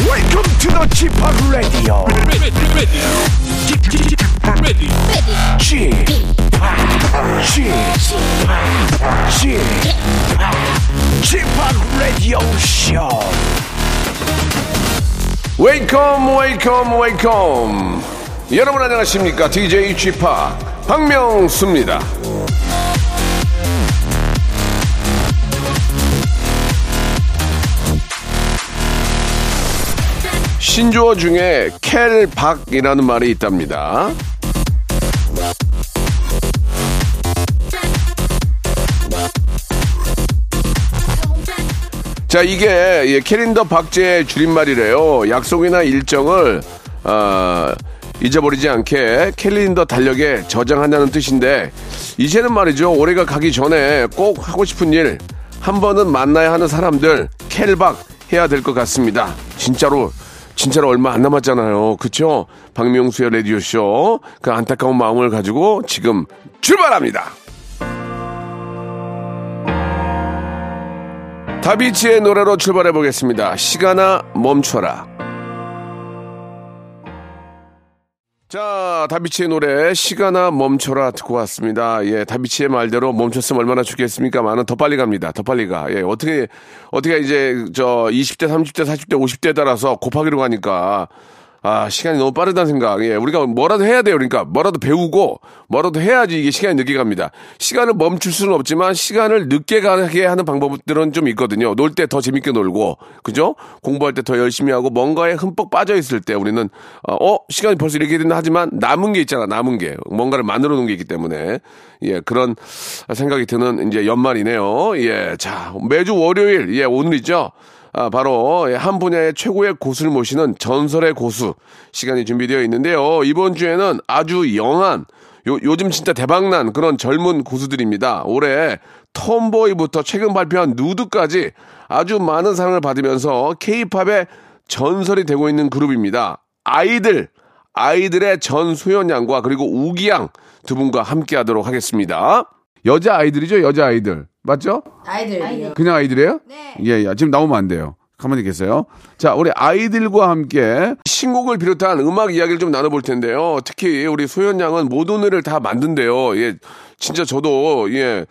to the g p o p Radio. ready, ready, ready, g p o p G p o p Radio Show. 웨이컴 웨이컴 웨이컴 여러분 안녕하십니까 DJ g p o 박명수입니다 신조어 중에 켈박이라는 말이 있답니다 자, 이게 예, 캐린더 박제의 줄임말이래요. 약속이나 일정을 아, 잊어버리지 않게 캘린더 달력에 저장한다는 뜻인데 이제는 말이죠. 올해가 가기 전에 꼭 하고 싶은 일 한 번은 만나야 하는 사람들 캘박 해야 될 것 같습니다. 진짜로 진짜로 얼마 안 남았잖아요. 그쵸? 박명수의 라디오쇼 그 안타까운 마음을 가지고 지금 출발합니다. 다비치의 노래로 출발해 보겠습니다. 시간아 멈춰라. 자, 다비치의 노래 시간아 멈춰라 듣고 왔습니다. 예, 다비치의 말대로 멈췄으면 얼마나 좋겠습니까만은 더 빨리 갑니다. 더 빨리 가. 예, 어떻게 어떻게 이제 저 20대, 30대, 40대, 50대에 따라서 곱하기로 가니까 아, 시간이 너무 빠르다는 생각. 예, 우리가 뭐라도 해야 돼요. 그러니까 뭐라도 배우고 뭐라도 해야지 이게 시간이 늦게 갑니다. 시간을 멈출 수는 없지만 시간을 늦게 가게 하는 방법들은 좀 있거든요. 놀 때 더 재밌게 놀고, 그죠? 공부할 때 더 열심히 하고 뭔가에 흠뻑 빠져 있을 때 우리는 어, 어, 시간이 벌써 이렇게 됐나 하지만 남은 게 있잖아. 남은 게 뭔가를 만들어 놓은 게 있기 때문에 예, 그런 생각이 드는 이제 연말이네요. 예, 자 매주 월요일 예 오늘이죠. 아, 바로 예, 한 분야의 최고의 고수를 모시는 전설의 고수 시간이 준비되어 있는데요. 이번 주에는 아주 영한 요, 요즘 진짜 대박난 그런 젊은 고수들입니다. 올해 톰보이부터 최근 발표한 누드까지 아주 많은 사랑을 받으면서 케이팝의 전설이 되고 있는 그룹입니다. 아이들 아이들의 전소연 양과 그리고 우기양 두 분과 함께 하도록 하겠습니다. 여자 아이들이죠, 여자 아이들. 맞죠? 아이들. 그냥 아이들이에요? 네. 예, 예. 지금 나오면 안 돼요. 가만히 계세요. 자, 우리 아이들과 함께 신곡을 비롯한 음악 이야기를 좀 나눠볼 텐데요. 특히 우리 소연 양은 모든 노래를 다 만든대요. 예, 진짜 저도 예,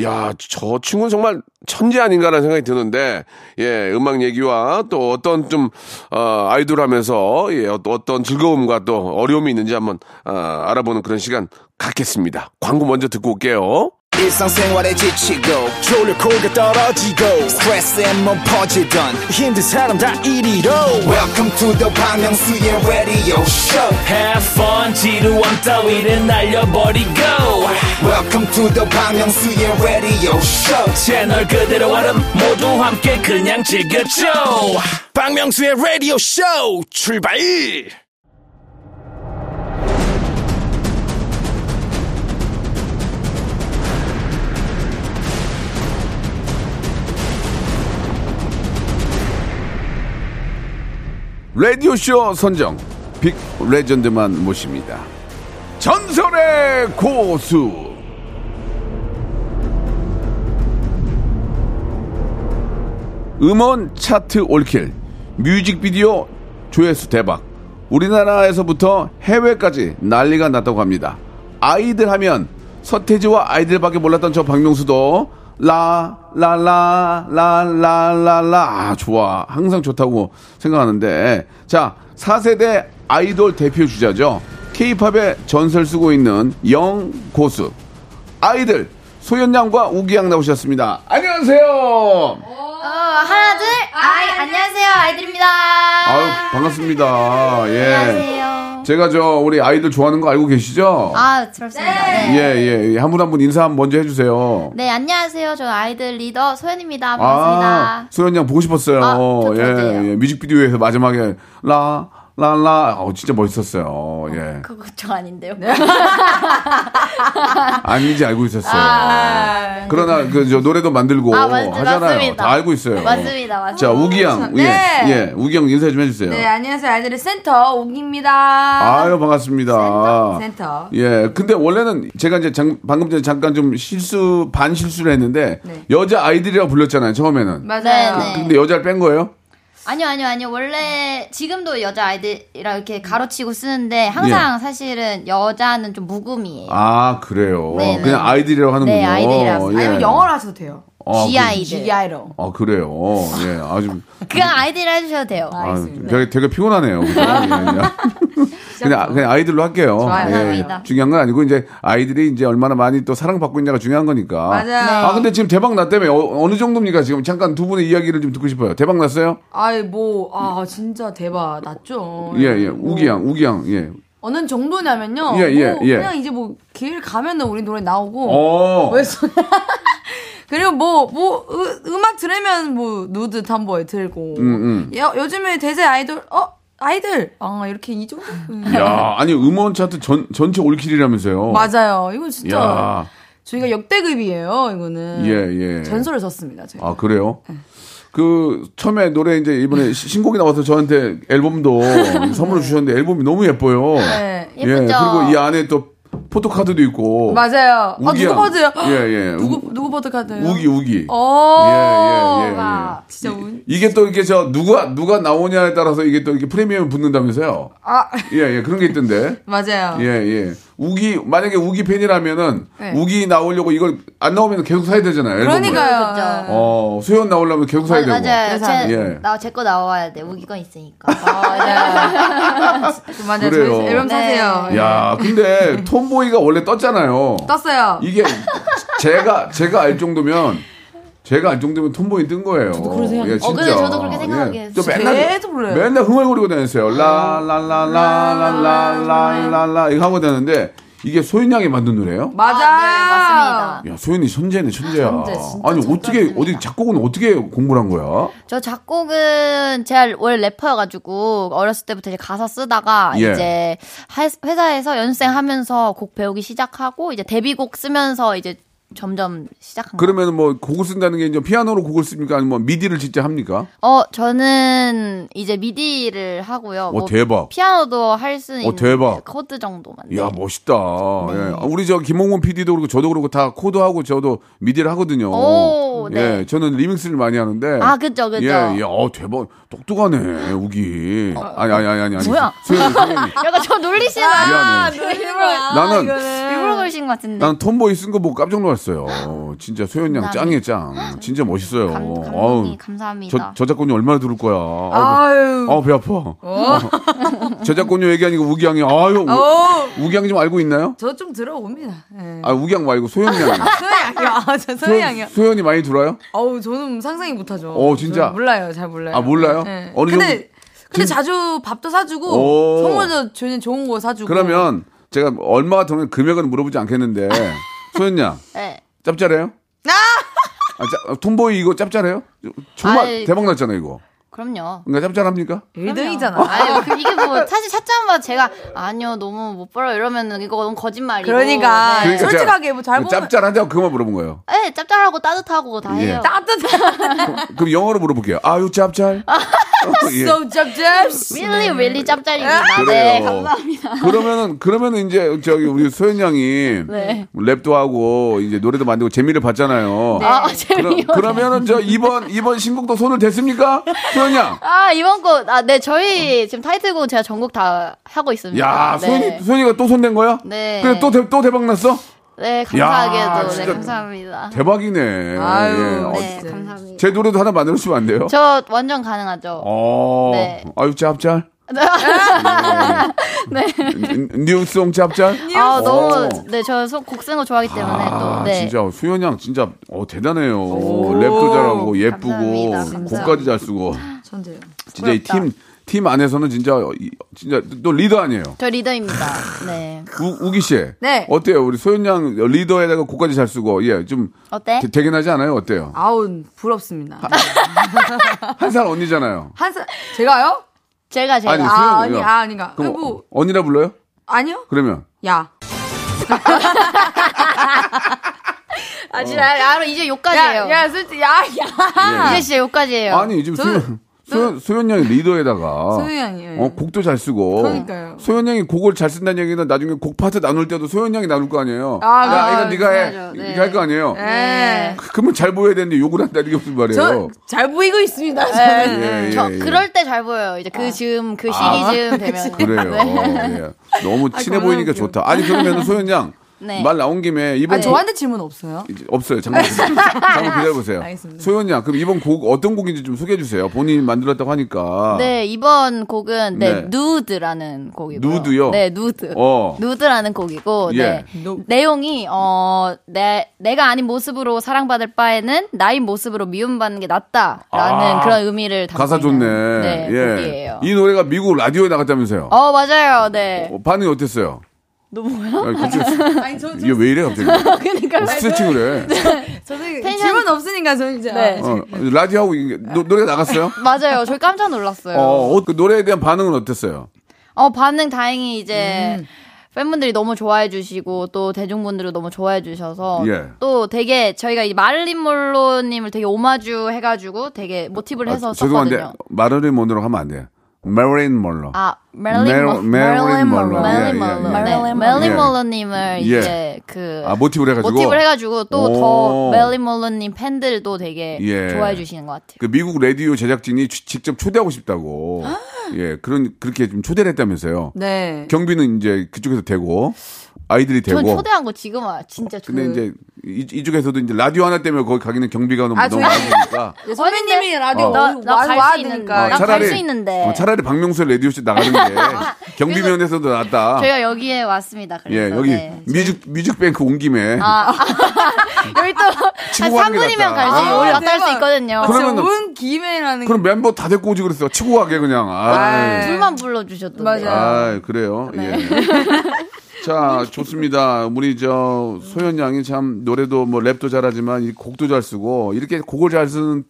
야, 저 친구는 정말 천재 아닌가라는 생각이 드는데, 예, 음악 얘기와 또 어떤 좀 어, 아이돌 하면서 예, 어- 어떤 즐거움과 또 어려움이 있는지 한번 아, 알아보는 그런 시간 갖겠습니다. 광고 먼저 듣고 올게요. 일상생활에 지치고, 졸려 코가 떨어지고, 스트레스에 몸 퍼지던, 힘든 사람 다 이리로. welcome to the Bang Myung-soo's radio show Have fun 지루한 따위를 날려버리고 welcome to the Bang Myung-soo's radio show 채널 그대로 얼음 모두 함께 그냥 즐겨줘 박명수의 라디오 쇼 출발! 라디오쇼 선정 빅 레전드만 모십니다. 전설의 고수 음원 차트 올킬 뮤직비디오 조회수 대박 우리나라에서부터 해외까지 난리가 났다고 합니다. 아이들 하면 서태지와 아이들밖에 몰랐던 저 박명수도 라, 라, 라, 라, 라, 라, 라. 아, 좋아. 항상 좋다고 생각하는데. 자, 4세대 아이돌 대표 주자죠. 케이팝의 전설 쓰고 있는 영 고수. 아이들, 소연양과 우기양 나오셨습니다. 안녕하세요! 어, 하나, 둘. 아이, 안녕하세요. 아이들입니다. 네, 아유, 반갑습니다. 예. 안녕하세요. 제가 저 우리 아이들 좋아하는 거 알고 계시죠? 아, 그렇습니다. 네. 예, 예. 한 분 한 분 인사 한번 먼저 해 주세요. 네, 안녕하세요. 저 아이들 리더 소연입니다. 아, 반갑습니다. 소연 양 보고 싶었어요. 아, 저 예, 저도요. 예. 뮤직비디오에서 마지막에 라, 라, 라. 어, 진짜 멋있었어요. 예. 그거 저 아닌데요. 네. 그 아닌지 알고 있었어요. 그러나 그 저 노래도 만들고 네. 아, 맞- 하잖아요. 맞습니다. 다 알고 있어요. 맞습니다, 아, 맞습니다. 자, 우기 양. 예. 네. 예. 우기 양 인사 좀해 주세요. 네, 안녕하세요. 아이들의 센터 옥입니다. 아유, 반갑습니다. 센터. 예, 근데 원래는 제가 이제 장- 방금 전에 잠깐 좀 실수, 반 실수를 했는데, 네. 여자 아이들이라고 불렀잖아요, 처음에는. 맞아요. 네, 네. 근데 여자를 뺀 거예요? 아니요, 아니요, 아니요. 원래 지금도 여자 아이들이랑 이렇게 가로치고 쓰는데 항상 사실은 여자는 좀 무금이에요. 예. 아 그래요. 네, 네. 그냥 아이들이라고 하는군요. 네, 아이들이라고. 예. 아니면 영어로 하셔도 돼요. 아, 그- G.I.들. GI로. 아 그래요. 예, 아주 그냥 아이들 해주셔도 돼요. 아, 알겠습니다. 되게, 되게 피곤하네요. 그죠? 예, 그냥, 그냥, 그냥 아이들로 할게요. 예, 감사합니다. 중요한 건 아니고 이제 아이들이 이제 얼마나 많이 또 사랑받고 있냐가 중요한 거니까. 맞아요. 아 근데 지금 대박 났다며 어, 어느 정도입니까? 지금 잠깐 두 분의 이야기를 좀 듣고 싶어요. 대박 났어요? 아이 뭐 아 진짜 대박 났죠. 예, 예. 뭐, 우기양, 우기양. 예. 어느 정도냐면요. 예, 예, 뭐 예. 그냥 이제 뭐 길 가면은 우리 노래 나오고. 어. 그래서 그리고 뭐뭐 음악 들으면 뭐 누드 탐보에 들고. 음, 여, 요즘에 대세 아이돌 어 아이들 아 이렇게 이 정도. 어. 음. 야, 아니 음원 차트 전 전체 올킬이라면서요. 맞아요. 이거 진짜 야. 저희가 역대급이에요. 이거는 예, 예. 전설을 썼습니다. 저희. 아, 그래요? 그 처음에 노래 이제 이번에 시- 신곡이 나와서 저한테 앨범도 선물로 주셨는데 앨범이 너무 예뻐요. 네. 예, 예쁘죠? 그리고 이 안에 또 포토카드도 있고. 맞아요. 아 어. 우기양. 누구 버드요? 예, 예. 누구 누구 버드 카드요? 어. 우기 우기. 오. 예, 예, 예, 와, 예. 진짜 운. 이게 또 이게 저 누가 누가 나오냐에 따라서 이게 또 이렇게 프리미엄 붙는다면서요. 아 예, 예. 그런 게 있던데. 맞아요. 예, 예. 우기, 만약에 우기 팬이라면은, 네. 우기 나오려고 이걸 안 나오면 계속 사야 되잖아요. 앨범을. 그러니까요. 어, 수현 나오려면 계속 사야 되고. 그렇죠? 맞아요. 세상에. 예. 제나제거 나와야 돼. 우기건 있으니까. 어, 맞아요. 맞아요. 그래요. 저희 앨범 네. 사세요. 예. 야, 근데 톰보이가 원래 떴잖아요. 떴어요. 이게 제가, 제가 알 정도면, 제가 알 정도면 톰보이 뜬 거예요. 예, 진짜. 어, 그래, 저도 그렇게 생각하게 예. 했어요. 저 맨날, 계속 불러요. 맨날 흥얼거리고 다녔어요. 라, 라, 라, 라, 라, 라, 라, 라, 라, 이거 하고 다녔는데, 이게 소윤 양이 만든 노래예요 맞아. 아, 네, 맞습니다. 야, 소연이 천재네, 천재야. 천재, 진짜 아니, 어떻게, 천재입니다. 어디, 작곡은 어떻게 공부를 한 거야? 저 작곡은 제가 원래 래퍼여가지고 어렸을 때부터 이제 가사 쓰다가 예. 이제 하- 회사에서 연습생 하면서 곡 배우기 시작하고 이제 데뷔곡 쓰면서 이제 점점 시작한 거예요. 그러면 뭐, 곡을 쓴다는 게 이제 피아노로 곡을 씁니까? 아니면 뭐 미디를 진짜 합니까? 어, 저는 이제 미디를 하고요. 뭐 어, 대박. 어, 피아노도 할 수 있는 대박. 코드 정도만. 이야, 멋있다. 네. 예. 아, 우리 저 김홍문 PD도 그렇고 저도 그렇고 다 코드하고 저도 미디를 하거든요. 오, 네. 예, 저는 리믹스를 많이 하는데. 아, 그죠, 그죠. 예, 예, 어, 대박. 똑똑하네, 우기. 아니, 아니, 아니, 아니. 아니. 어. 뭐야? 소연이, 소연이. 네. 약간 저 아, 놀리시나요? 미안해. 나는- 일부러 그러신 것 같은데. 난 톰보이 쓴 거 보고 깜짝 놀랐어요. 진짜 소연 양 짱이에요, 짱. 진짜 멋있어요. 감, 어우, 감독님 감사합니다. 저, 저작권료 얼마나 들을 거야. 아유. 아우, 배 아파. 어. 저작권료 얘기하니까 우기양이, 아유, 오. 우, 우기양 좀 알고 있나요? 저 좀 들어옵니다. 예. 아, 우기양 말고 소연이 양이. 서양이요. 아, 저 서양이요. 소연이 많이 들어요? 어우, 저는 상상이 못하죠. 어, 진짜? 저는 몰라요, 잘 몰라요. 아, 몰라요? 예. 어느 근데 정도- 진- 근데 자주 밥도 사주고 오. 선물도 저는 좋은 거 사주고. 그러면 네. 제가 얼마가 더는 금액은 물어보지 않겠는데, 소연 양, 네. 짭짤해요? 아, 짭- 톰보이 이거 짭짤해요? 정말 아이. 그 대박 났잖아요, 이거. 그럼요. 그러니까 짭짤합니까? 1등이잖아. 아니, 그, 이게 뭐, 사실 차점마다 제가, 아니요, 너무 못 벌어. 이러면은, 이거 너무 거짓말이고. 그러니까. 네. 제가 솔직하게 뭐잘 보면- 짭짤하냐고 그만 물어본 거예요. 네, 짭짤하고 따뜻하고 다 예. 해요. 따뜻한 그럼 영어로 물어볼게요. 아유 짭짤. 예. 소짭짭스. really, really 짭짤입니다. 네, 감사합니다. 그러면은 그러면은 이제 저기 우리 소연 양이 네. 랩도 하고 이제 노래도 만들고 재미를 봤잖아요. 아, 재미요. 그러, 면은저 이번 이번 신곡도 손을 댔습니까? 소연 양. 아, 이번 거, 아, 네, 저희 지금 타이틀곡 제가 전곡 다 하고 있습니다. 야, 네. 소연이 소연이가 또 손댄 거야? 네. 그래 또또 또 대박 났어? 네, 감사하게도. 네, 진짜. 감사합니다. 대박이네. 아유, 예. 어, 네, 진짜. 감사합니다. 제 노래도 하나 만들어 주면 안 돼요? 저 완전 가능하죠. 어. 네. 아유 짭짤. 네. 뉴송 짭짤. 아, 너무, 오. 네, 저 손- 곡 쓰는 거 좋아하기 때문에 또, 어. 아, 네. 진짜 수현 양 진짜 어 대단해요. 랩도 잘하고 예쁘고 감사합니다. 곡까지 잘 쓰고 천재요. 진짜 이 팀 팀 안에서는 진짜 이- 진짜 또 리더 아니에요. 저 리더입니다. 네. 우, 기 씨. 네. 어때요? 우리 소연 양 리더에다가 곡까지 잘 쓰고 예, 좀 어때? 되, 되긴 하지 않아요? 어때요? 아우 부럽습니다. 아, 한 살 언니잖아요. 한사 제가요? 제가, 제가. 아니, 아 네, 소연이요. 아니 아 아닌가? 그럼 아이고 어- 언니라 불러요? 아니요? 그러면 야. 아, 진짜, 아, 이제 욕까지 야, 해요. 아, 야, 솔직히, 야, 야. 이제 진짜 욕까지 해요. 예, 아니 지금 저는- 소연 소연, 소연 양이 리더에다가 소연 양이에요. 어, 곡도 잘 쓰고 네. 그러니까요. 소연 양이 곡을 잘 쓴다는 얘기는 나중에 곡 파트 나눌 때도 소연 양이 나눌 거 아니에요. 아, 야, 아, 이거 네가 해. 그래야죠. 네. 이렇게 할 거 아니에요. 네. 그- 그러면 잘 보여야 되는데 욕을 한다 이게 무슨 말이에요. 저잘 보이고 있습니다. 네. 저는. 예, 예, 음, 저 예. 그럴 때 잘 보여요. 이제 그 즈음 그 시기즈음 되면. 그래요. 어, 예. 너무 친해 보이니까 아, 그러면 좋다. 아니 그러면 소연 양 말 나온 김에 이번 아, 저한테 질문 없어요? 이제 없어요. 잠깐 기다려- 잠깐 기다려보세요. 알겠습니다. 소연이야, 그럼 이번 곡 어떤 곡인지 좀 소개해 주세요. 본인이 만들었다고 하니까. 네 이번 곡은 네, 네. 누드라는 곡이고요. 누드요? 네 누드. 어. 누드라는 곡이고 예. 네. 내용이 어 내 내가 아닌 모습으로 사랑받을 바에는 나의 모습으로 미움받는 게 낫다라는 그런 의미를 담고 아. 가사 좋네. 있는, 네, 예. 곡이에요. 이 노래가 미국 라디오에 나갔다면서요. 어 맞아요. 네. 어, 반응이 어땠어요? 너무 뭐야? 아니, 저, 이게 왜 이래 갑자기? 그러니까 어, 스트레칭을 해. 저는 질문 없으니까 저는 이제. 네. 아, 어, 라디오 하고 이게 노, 노래가 나갔어요? 맞아요. 저희 깜짝 놀랐어요. 어, 어, 그 노래에 대한 반응은 어땠어요? 어, 반응 다행히 이제 음. 팬분들이 너무 좋아해 주시고 또 대중분들도 너무 좋아해 주셔서 예. 또 되게 저희가 이 마를린 몰로님을 되게 오마주 해가지고 되게 모티브를 아, 해서 죄송한데 썼거든요. 마를린 먼로로 하면 안 돼요. 마릴린 먼로. 아 마릴린 메로- 몰- 메릴린 마릴린 몰로. 몰로 예, 마릴린 예, 몰로 예. 네, 예. 마릴린 몰로님을 예. 이제 그 아, 모티브를 해가지고? 모티브를 해가지고 또 오. 더 마릴린 몰로님 팬들도 되게 예. 좋아해 주시는 것 같아요. 그 미국 라디오 제작진이 주- 직접 초대하고 싶다고. 아! 예, 그런 그렇게 좀 초대를 했다면서요. 네. 경비는 이제 그쪽에서 되고 아이들이 되고. 어, 전 초대한 거 지금 와 진짜 그 근데 이제 이, 이쪽에서도 이제 라디오 하나 때문에 거기 가기는 경비가 너무 아, 너무 저희- 많으니까. 예, 선배님이 라디오 어. 아, 와- 나갈 수 와야 있는- 되니까. 나 어, 차- 갈수 있는데. 어, 차라리 박명수의 라디오 쇼 나가는 게 경비면에서도 낫다. 저희가 여기에 왔습니다. 예, 그래서 여기 네. 아. 뮤직 뮤직뱅크 온 김에 여기 또 한 치고 가는 게 3분이면 낫다. 갈 수, 아, 오래 갔다 할 수 대박. 있거든요. 그럼- 그러면 그러면은- 온 김에라는 그럼 멤버 다 데리고 오지 그랬어. 치고 가게 그냥. 아이. 아, 둘만 불러주셨던데. 맞아요. 아, 그래요? 네. 예. 자, 좋습니다. 우리 저 소연 양이 참 노래도 뭐 랩도 잘하지만 이 곡도 잘 쓰고 이렇게 곡을 잘 쓰는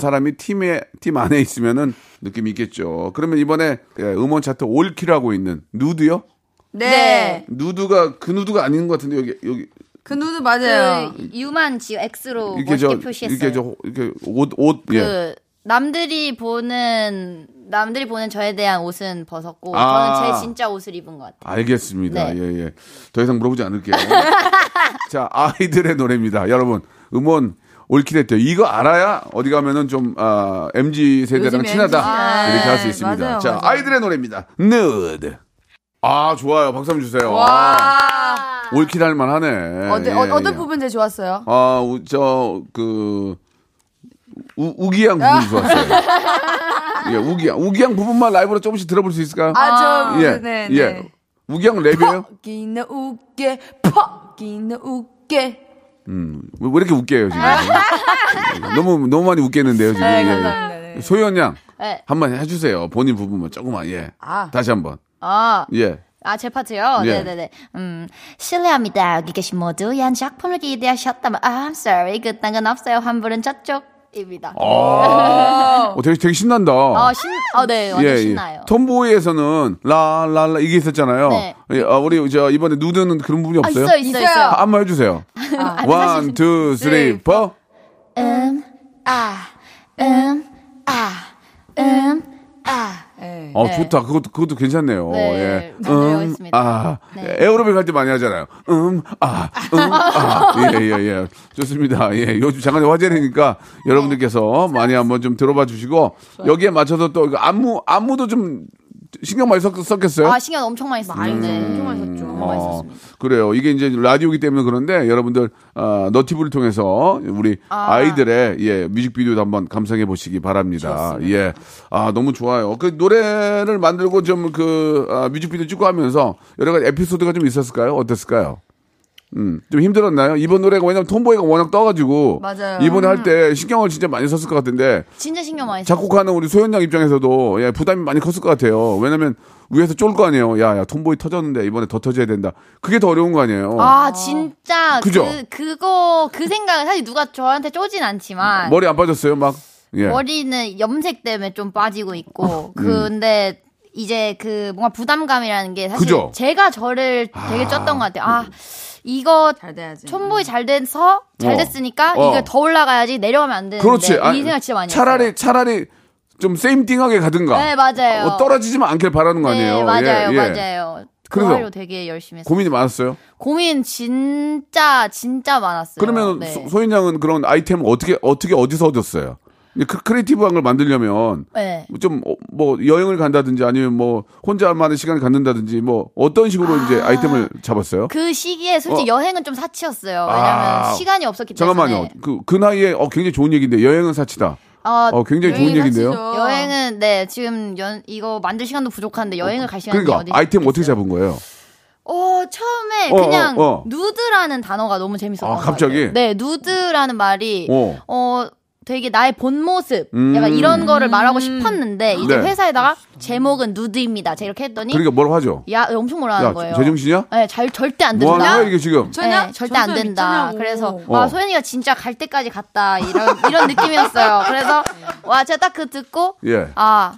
사람이 팀에 팀 안에 있으면은 느낌이 있겠죠. 그러면 이번에 예, 음원 차트 올킬하고 있는 누드요? 네. 네. 누드가 그 누드가 아닌 것 같은데 여기 여기 그 누드 맞아요. 그, 유만 지금 X로 이렇게 멋있게 저 표시했어요. 이렇게 저 이렇게 옷옷 예. 그, 남들이 보는, 남들이 보는 저에 대한 옷은 벗었고, 아. 저는 제 진짜 옷을 입은 것 같아요. 알겠습니다. 네. 예, 예. 더 이상 물어보지 않을게요. 자, 아이들의 노래입니다. 여러분, 음원 올킬했대요. 이거 알아야 어디 가면은 좀, 아, MG 세대랑 요즘 친하다. MZ 이렇게 할 수 있습니다. 맞아요, 자, 맞아요. 아이들의 노래입니다. nude. 아, 좋아요. 박수 한번 주세요. 아, 와. 올킬할 만하네. 어때, 예, 어, 어떤 예. 부분 제일 좋았어요? 아, 우- 저, 그, 우, 우기양 아. 부분 좋았어요. 예, 우기양. 우기양 부분만 라이브로 조금씩 들어볼 수 있을까요? 아, 저, 예, 네, 네. 예. 우기양 랩이에요? 기나 웃게, 퍽! 기나 웃게. 왜, 왜 이렇게 웃겨요 지금? 너무 너무 많이 웃겠는데요 지금. 예. 감사합니다. 네. 소연 양 네. 한번 해주세요. 본인 부분만 조금만 예. 아. 다시 한번 아, 예. 아, 제 파트요? 예. 네네네. 음, 실례합니다. 여기 계신 모두의 작품을 기대하셨다면, 아, I'm sorry. 그딴 건 없어요. 환불은 저쪽. 입니다. 어, 어, 되게 되게 신난다. 신, 어, 예, 네, 완전 신나요. 톰보이에서는 라라라 이게 있었잖아요. 네. 예, 아, 우리 저 이번에 누드는 그런 부분이 아, 없어요? 있어요, 아, 있어요, 있어요. 아, 한번 해주세요. 원, 투, 쓰리, 포. 음, 아, 음, 아, 음. 네. 어 좋다. 그것도 그것도 괜찮네요. 네, 예. 잘 배워있습니다. 아 네. 에어로빅 할 때 많이 하잖아요. 음, 아, 음, 아. 예, 예, 예. 좋습니다. 예, 요즘 잠깐 화제니까 여러분들께서 네. 많이 한번 좀 들어봐 주시고 여기에 맞춰서 또 이거 안무 안무도 좀 신경 많이 섞, 섞였어요. 아, 신경 엄청 많이 네. 썼어요. 엄청 맛있었죠. 어, 그래요. 이게 이제 라디오기 때문에 그런데 여러분들 어, 너티브를 통해서 우리 아. 이들의 예, 뮤직비디오도 한번 감상해 보시기 바랍니다. 예. 아, 너무 좋아요. 그 노래를 만들고 좀 그 뮤직비디오 찍고 하면서 여러 가지 에피소드가 좀 있었을까요? 어땠을까요? 음, 좀 힘들었나요? 이번 노래가 왜냐면 톰보이가 워낙 떠가지고 맞아요. 음. 이번에 할 때 신경을 진짜 많이 썼을 것 같은데 진짜 신경 많이 썼어요. 작곡하는 우리 소연 양 입장에서도 예, 부담이 많이 컸을 것 같아요. 왜냐면 위에서 쫄 거 아니에요. 야, 야, 톰보이 터졌는데 이번에 더 터져야 된다. 그게 더 어려운 거 아니에요. 아, 진짜 그죠? 그 그거 그 생각은 사실 누가 저한테 쪼진 않지만 머리 안 빠졌어요, 막. 예. 는 염색 때문에 좀 빠지고 어, 음. 있고 근데 이제 그 뭔가 부담감이라는 게 사실 그죠? 그 제가 저를 되게 쪘던 것 같아요. 아 이거 잘 돼야지. 촌보이 잘 돼서 잘 어. 됐으니까 어. 이걸 더 올라가야지 내려가면 안 되는데 그렇지. 이 아니, 생각 진짜 많이 차라리 했어요. 차라리 좀 세임띵하게 가든가. 네, 맞아요. 어, 떨어지지만 않길 바라는 거 아니에요. 네, 맞아요, 네, 예, 예. 맞아요. 그 그래서 하루 되게 열심히 했어요. 고민이 많았어요. 고민 진짜 진짜 많았어요. 그러면 네. 소, 소인 양은 그런 아이템을 어떻게 어떻게 어디서 얻었어요? 근데 크, 크리에이티브한 걸 만들려면 네. 좀 뭐 여행을 간다든지 아니면 뭐 혼자만의 시간을 갖는다든지 뭐 어떤 식으로 이제 아이템을 잡았어요? 그 시기에 솔직히 어. 여행은 좀 사치였어요. 왜냐면 아. 시간이 없었기 때문에. 잠깐만요. 그, 그 나이에 어, 굉장히 좋은 얘기인데 여행은 사치다. 어, 어, 굉장히 좋은 얘기인데요. 사치죠. 여행은 네 지금 연 이거 만들 시간도 부족한데 여행을 갈 시간이 그러니까 어디 아이템 있겠어요? 어떻게 잡은 거예요? 어 처음에 어, 그냥 어, 어. 누드라는 단어가 너무 재밌었던 아, 것 갑자기? 같아요. 네 누드라는 말이 어. 어 되게 나의 본 모습 음. 약간 이런 거를 말하고 싶었는데 이제 네. 회사에다가 제목은 누드입니다. 제가 이렇게 했더니 그러니까 뭐라고 하죠? 야 엄청 뭐라 하는 야, 거예요. 제정신이야? 네, 잘 절대 안 된다. 뭐 하는 거야 이게 지금? 미쳤냐? 네, 절대 안 전설 된다. 미쳤냐고. 그래서 어. 와 소연이가 진짜 갈 때까지 갔다 이런 이런 느낌이었어요. 그래서 와 제가 딱 그 듣고 예. 아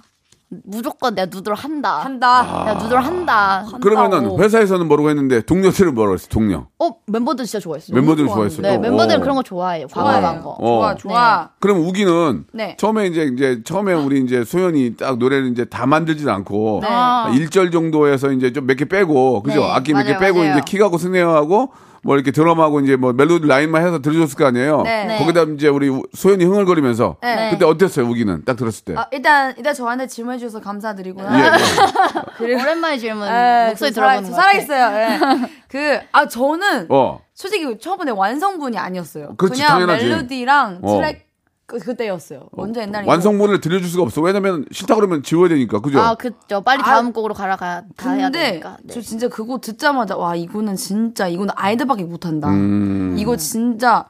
무조건 내가 누드를 한다. 아, 한다. 내가 누드를 한다. 한다고. 그러면은 회사에서는 뭐라고 했는데 동료들은 뭐라고 했어? 동료. 어 멤버들 진짜 좋아했어요. 멤버들은 좋아했어. 네 또. 멤버들은 어. 그런 거 좋아해요. 네. 과감한 거. 좋아 어. 좋아. 그럼 우기는 네. 처음에 이제 이제 처음에 우리 이제 소연이 딱 노래를 이제 다 만들진 않고 네. 아, 일절 정도에서 이제 좀 몇 개 빼고 그죠? 네, 악기 몇 개 맞아요, 빼고 맞아요. 이제 킥하고 스네어하고 뭐 이렇게 드럼하고 이제 뭐 멜로디 라인만 해서 들려줬을 거 아니에요. 네. 네. 거기다 이제 우리 우- 소연이 흥얼거리면서 네. 그때 어땠어요 우기는 딱 들었을 때. 아, 일단 일단 저한테 질문해 주셔서 감사드리고요. 예, 예. 오랜만에 질문 예, 목소리 저 살아- 들어보는 저 거 살아있어요. 예. 그, 아, 저는 어. 솔직히 처음에 완성분이 아니었어요. 그렇지, 냥 당연하지. 멜로디랑 어. 트랙 그, 그때였어요. 완전 옛날에. 완성본을 들려줄 수가 없어. 왜냐면 싫다 그러면 지워야 되니까 그죠? 아 그죠. 빨리 다음 곡으로 가라 가야 가야 근데 되니까. 네. 저 진짜 그거 듣자마자 와 이거는 진짜 이거는 아이들밖에 못한다. 음. 이거 진짜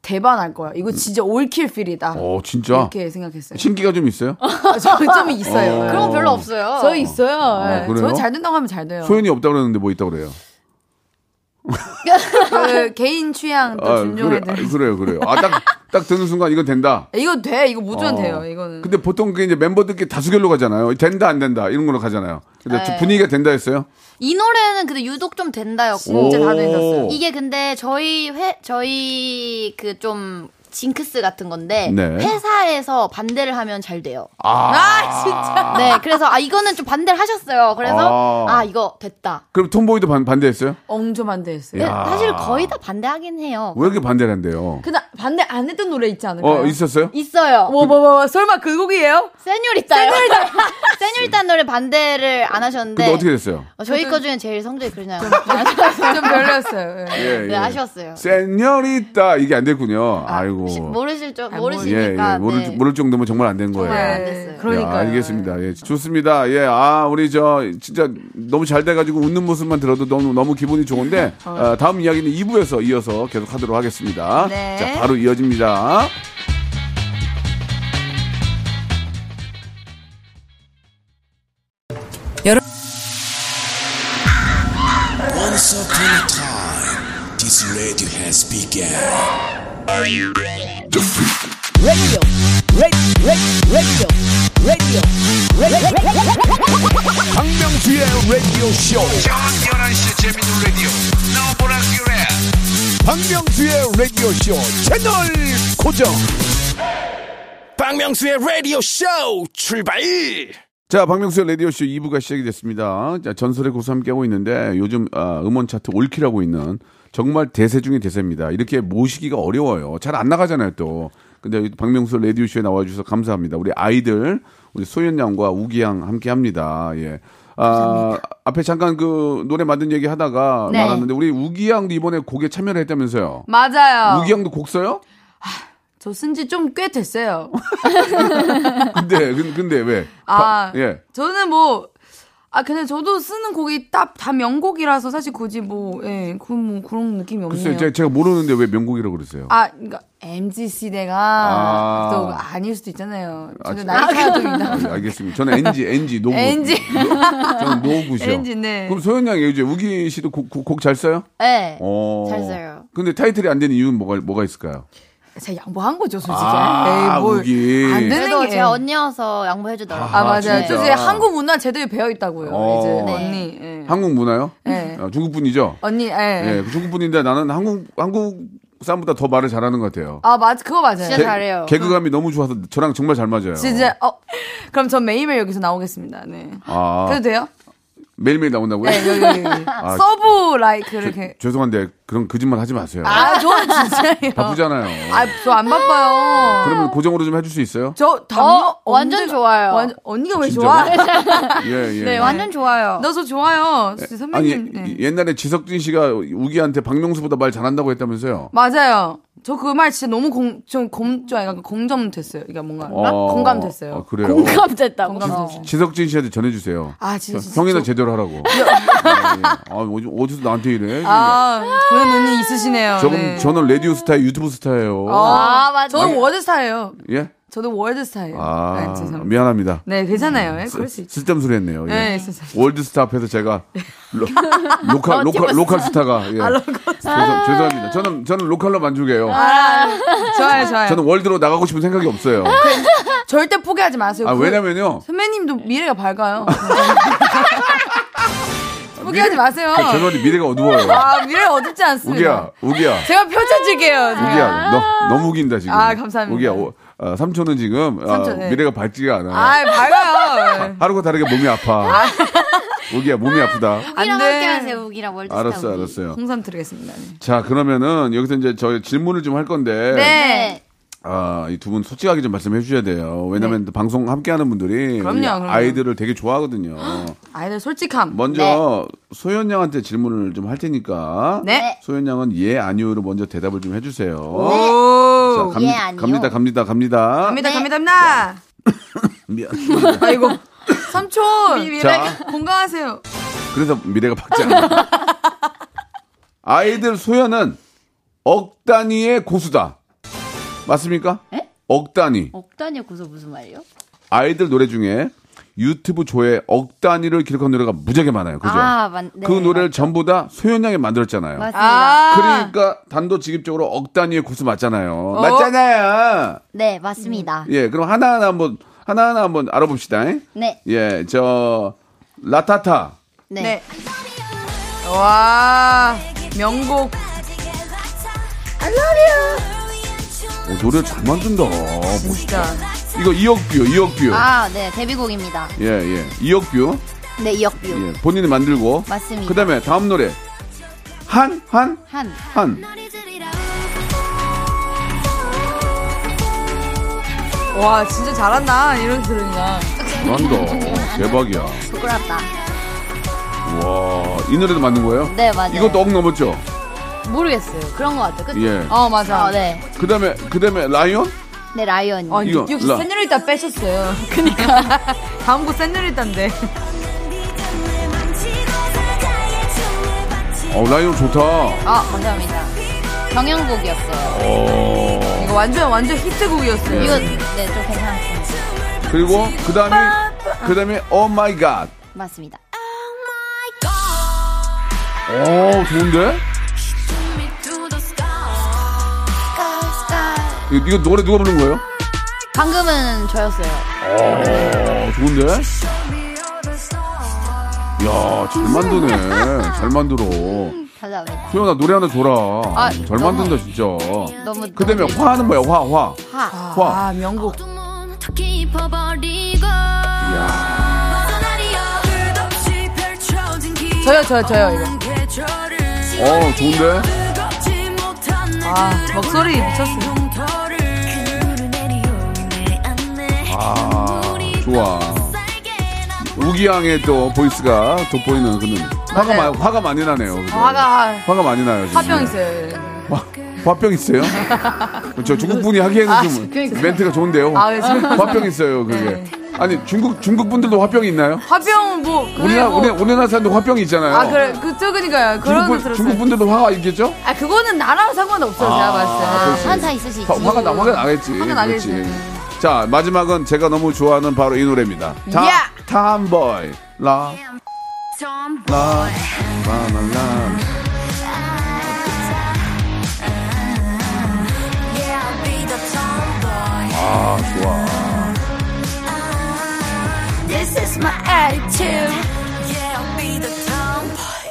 대박 날 거야. 이거 진짜 올킬 필이다. 어 진짜 이렇게 생각했어요. 신기가 좀 있어요. 아, 저점이 있어요. 어. 그런 거 별로 없어요. 저 있어요. 아, 예. 그래요? 저는 잘 된다고 하면 잘 돼요. 소연이 없다 그러는데 뭐 있다 그래요. 그 개인 취향 또 아, 그래, 존중해야 아, 돼. 그래요, 그래요. 아, 딱, 딱 드는 순간 이건 된다. 이거 돼. 이거 무조건 어. 돼요. 이거는. 근데 보통 그게 이제 멤버들끼리 다수결로 가잖아요. 된다, 안 된다. 이런 걸로 가잖아요. 근데 네. 저 분위기가 된다 했어요? 이 노래는 근데 유독 좀 된다였고 진짜 다 된다였어요. 이게 근데 저희 회 저희 그 좀 징크스 같은 건데 네. 회사에서 반대를 하면 잘 돼요. 아, 진짜. 네, 그래서 아 이거는 좀 반대를 하셨어요. 그래서 아. 아, 이거 됐다. 그럼 톰보이도 반, 반대했어요? 엉좀 예. 반대했어요. 근데 사실 거의 다 반대하긴 해요. 왜 이렇게 반대를 한대요? 근데 반대 안 했던 노래 있지 않을까요? 어, 있었어요? 네. 있어요. 뭐, 뭐, 뭐, 뭐, 설마 그 곡이에요? 세뇨리따요. 세뇨리따 노래 반대를 안 하셨는데 근데 어떻게 됐어요? 어, 저희 거 중에 제일 성적이 그러냐. 좀 별로였어요. 예. 예, 네, 아쉬웠어요. 세뇨리따 이게 안 됐군요. 아이고. 모르실 줄 예, 예. 모르시니까. 모를, 네. 모를 정도면 정말 안 된 거예요. 정말 안 예, 됐어요. 그러니까요. 야, 알겠습니다. 예, 좋습니다. 예, 아, 우리 저, 진짜 너무 잘 돼가지고 웃는 모습만 들어도 너무, 너무 기분이 좋은데, 어. 아, 다음 이야기는 2부에서 이어서 계속 하도록 하겠습니다. 네. 자, 바로 이어집니다. Once upon a time, this radio has begun. 박명수의 라디오 쇼. 박명수의 라디오 쇼 채널 고정. 박명수의 라디오 쇼 출발. 자, 박명수의 라디오쇼 2부가 시작이 됐습니다. 자, 전설의 고수 함께하고 있는데, 요즘, 아, 음원 차트 올킬하고 있는 정말 대세 중의 대세입니다. 이렇게 모시기가 어려워요. 잘 안 나가잖아요, 또. 근데 박명수 라디오쇼에 나와주셔서 감사합니다. 우리 아이들, 우리 소연 양과 우기 양 함께 합니다. 예. 아, 앞에 잠깐 그 노래 만든 얘기 하다가 네. 말았는데, 우리 우기 양도 이번에 곡에 참여를 했다면서요. 맞아요. 우기 양도 곡 써요? 저 쓴지 좀 꽤 됐어요. 근데, 근- 근데 왜? 아, 바- 예. 저는 뭐, 아, 근데 저도 쓰는 곡이 딱 다 명곡이라서 사실 굳이 뭐, 예, 그, 뭐, 그런 느낌이 없네요. 글쎄요, 제가, 제가 모르는데 왜 명곡이라고 그러세요? 아, 그러니까 MZ 시대가 아. 또 아닐 수도 있잖아요. 저도 아, 나이 차가 좀 있나. 아, 알겠습니다. 저는 NG, NG, 노구. NG. 저는 노구죠. NG, 네. 그럼 소연 양이 이제 우기 씨도 곡 잘 써요? 네. 어. 잘 써요. 근데 타이틀이 안 되는 이유는 뭐가, 뭐가 있을까요? 제가 양보한 거죠, 솔직히. 아, 에이, 뭘. 우기. 안 그래도 되는 게. 제 언니여서 양보해주더라고요. 아, 맞아요. 진짜. 저 이제 한국 문화 제대로 배어 있다고요. 어. 이제 네. 언니. 예. 한국 문화요? 네. 아, 중국 분이죠? 언니, 예. 예, 중국 분인데 나는 한국, 한국 쌈보다 더 말을 잘하는 것 같아요. 아, 맞, 그거 맞아요. 어. 진짜 잘해요. 개그감이 너무 좋아서 저랑 정말 잘 맞아요. 진짜, 어. 그럼 전 매일매일 여기서 나오겠습니다. 네. 아, 예, 그래도 돼요? 매일매일 나온다고요? 아, 그 네, 여기, 여기. 여기. 서브 라이크를 이렇게. 죄송한데 그런 거짓말 하지 마세요. 아, 저는 진짜예요. 바쁘잖아요. 아, 저 안 바빠요. 그러면 고정으로 좀 해줄 수 있어요? 저 담요 어, 완전 좋아요. 완전- 언니가 왜 진짜로? 좋아? 예, 예. 네, 완전 좋아요. 너 저 좋아요. 진짜 아니 선배님. 네. 예- 옛날에 지석진 씨가 우기한테 박명수보다 말 잘한다고 했다면서요? 맞아요. 저 그 말 진짜 너무 공, 좀 공, 좀 약간 공점 됐어요. 그러니까 뭔가 어, 공감됐어요. 아, 그래요. 공감됐다고. 공감됐어요. 지석진 씨한테 전해주세요. 아, 진짜. 진짜 형이나 저- 제대로 하라고. 아, 예. 아 어디- 어디서 나한테 이래? 아, 그런 눈이 있으시네요. 저는 네. 저는 라디오 스타일 유튜브 스타예요. 아, 아, 맞아요. 저는 월드스타예요. 예? 저도 월드스타예요. 아 네, 죄송합니다. 미안합니다. 네, 괜찮아요. 예, 그럴 수 있죠. 쓸데없는 소리 했네요. 예. 네, 아, 죄송합니다. 월드스타 앞에서 제가 로, 로컬 로컬 로컬 아, 스타가 예. 죄송, 죄송합니다. 저는 저는 로컬로 만족해요. 아, 좋아요, 좋아요. 아. 저는 월드로 나가고 싶은 생각이 없어요. 아, 절대 포기하지 마세요. 아 그- 왜냐면요. 선배님도 미래가 밝아요. 포기하지 마세요. 그 죄송한데 미래가 어두워요. 어. 아, 미래 어둡지 우기야, 않습니다. 우기야, 제가 펼쳐줄게요. 제가. 우기야, 너 너무 우긴다 지금. 아, 감사합니다. 우기야, 어, 어, 삼촌은 지금 어, 삼촌, 네. 미래가 밝지가 않아. 아, 밝아요. 하루가 다르게 몸이 아파. 우기야, 몸이 아프다. 우기랑 안 돼. 함께 하세요, 우기랑 아, 월드스타. 알았어, 우기. 알았어요. 홍삼 드리겠습니다. 네. 자, 그러면은 여기서 이제 저희 질문을 좀 할 건데, 네. 아, 이 두 분 솔직하게 좀 말씀해 주셔야 돼요. 왜냐면 또 방송 함께하는 분들이 네. 그럼요, 우리 그럼요. 아이들을 되게 좋아하거든요. 아이들 솔직함. 먼저 소연 양한테 질문을 좀 할 테니까, 네. 소연 양은 예 아니요로 먼저 대답을 좀 해주세요. 자, 오. 갑, 예, 아니요. 갑니다, 갑니다, 갑니다. 갑니다, 네. 갑니다, 갑니다. 미안. 아이고. 삼촌. 미래 자. 건강하세요. 그래서 미래가 밝지 않아. 아이들 소연은 억 단위의 고수다. 맞습니까? 네. 억 단위. 억단이 고소 무슨 말이요? 아이들 노래 중에 유튜브 조회 억 단위를 기록한 노래가 무지하게 많아요. 그죠? 아, 맞, 네. 그 노래를 전부 다 소연 양이 만들었잖아요. 맞습니다. 그러니까 단도직입적으로 억 단위의 고수 맞잖아요. 어? 맞잖아요. 네, 맞습니다. 예, 그럼 하나하나 한번 하나하나 한번 알아봅시다. 네. 예, 저 라타타. 네. 네. 와. 명곡. 오, 노래 잘 만든다. 어, 진짜. 이거 2억 뷰, 2억 뷰. 아, 네, 데뷔곡입니다. 예, 예. 2억 뷰. 네, 이억뷰. 예. 본인이 만들고. 맞습니다. 그 다음에 다음 노래. 한, 한, 한. 한. 와, 진짜 잘한다. 이런 들으니까. 잘한다. 대박이야. 부끄럽다. 와, 이 노래도 만든 거예요? 네, 맞아요. 이것도 억 넘었죠? 모르겠어요. 그런 것 같아요. 그쵸? 예. 어, 맞아. 어, 네. 그 다음에, 그 다음에 라이온? 네, 라이언. 아, 이거, 역시 라- 세뇨리따 빼셨어요. 그니까. 다음 곡 세뇨리따인데. 어, 라이온 좋다. 아, 감사합니다. 경연곡이었어요. 이거 완전, 완전 예. 히트곡이었어요. 이거, 네, 좀 괜찮았어요. 그리고, 그 다음에, 그 다음에, 오 마이 갓. 맞습니다. 오, 어, 좋은데? 이거, 이거 노래 누가 부른 거예요? 방금은 저였어요. 어, 좋은데? 야, 잘 만드네. 잘 만들어. 감사합니다. 소연아, 노래 하나 줘라. 아, 잘 너무- 만든다, 진짜. 너무. 그 다음에 화하는 거야, 화, 화. 화. 화. 아, 명곡. 저요, 저요, 저요, 이거. 어, 좋은데? 아, 목소리 미쳤어요. 아, 좋아. 우기양의 또 보이스가 돋보이는 그는 화가 맞아요. 많이, 화가 많이 나네요. 그죠? 네. 아, 화가, 화가 많이 나요. 지금. 화병 있어요. 예. 화, 화병 있어요? 저 중국 분이 하기에는 좀 그러니까. 멘트가 좋은데요. 아, 네, 지금. 화병 있어요, 그게. 아니 중국 중국 분들도 화병이 있나요? 화병은 뭐, 그게 우리나라, 뭐. 우리, 우리나라 사람도 화병이 있잖아요. 아, 그래, 그, 저그니까요. 그런 거 중국, 분, 들었어요. 중국 분들도 화가 있겠죠? 아, 그거는 나랑 상관없어요, 아, 제가 봤을 때. 한타 있을 수 있지. 어, 화, 화가 나, 화가 나겠지. 아, 화가 나겠지. 그렇지. 자, 마지막은 제가 너무 좋아하는 바로 이 노래입니다. 타, 야! 탐보이. 라. 라. 라, 라, 라. 아, 좋아. This is my attitude. Yeah, I'll be the tomboy.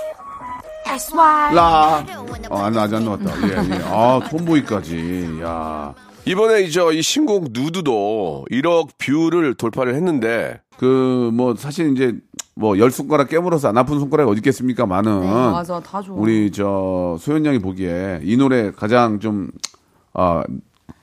That's why. 라. 어, 안, 아직 안 나왔다. 예, 예. 아, 톰보이까지. 야. 이번에 이제 이 신곡 누드도 1억 뷰를 돌파를 했는데 그 뭐 사실 이제 뭐 열 손가락 깨물어서 안 아픈 손가락이 어디 있겠습니까? 많은 네, 맞아, 다 좋아. 우리 저 소연 양이 보기에 이 노래 가장 좀 아,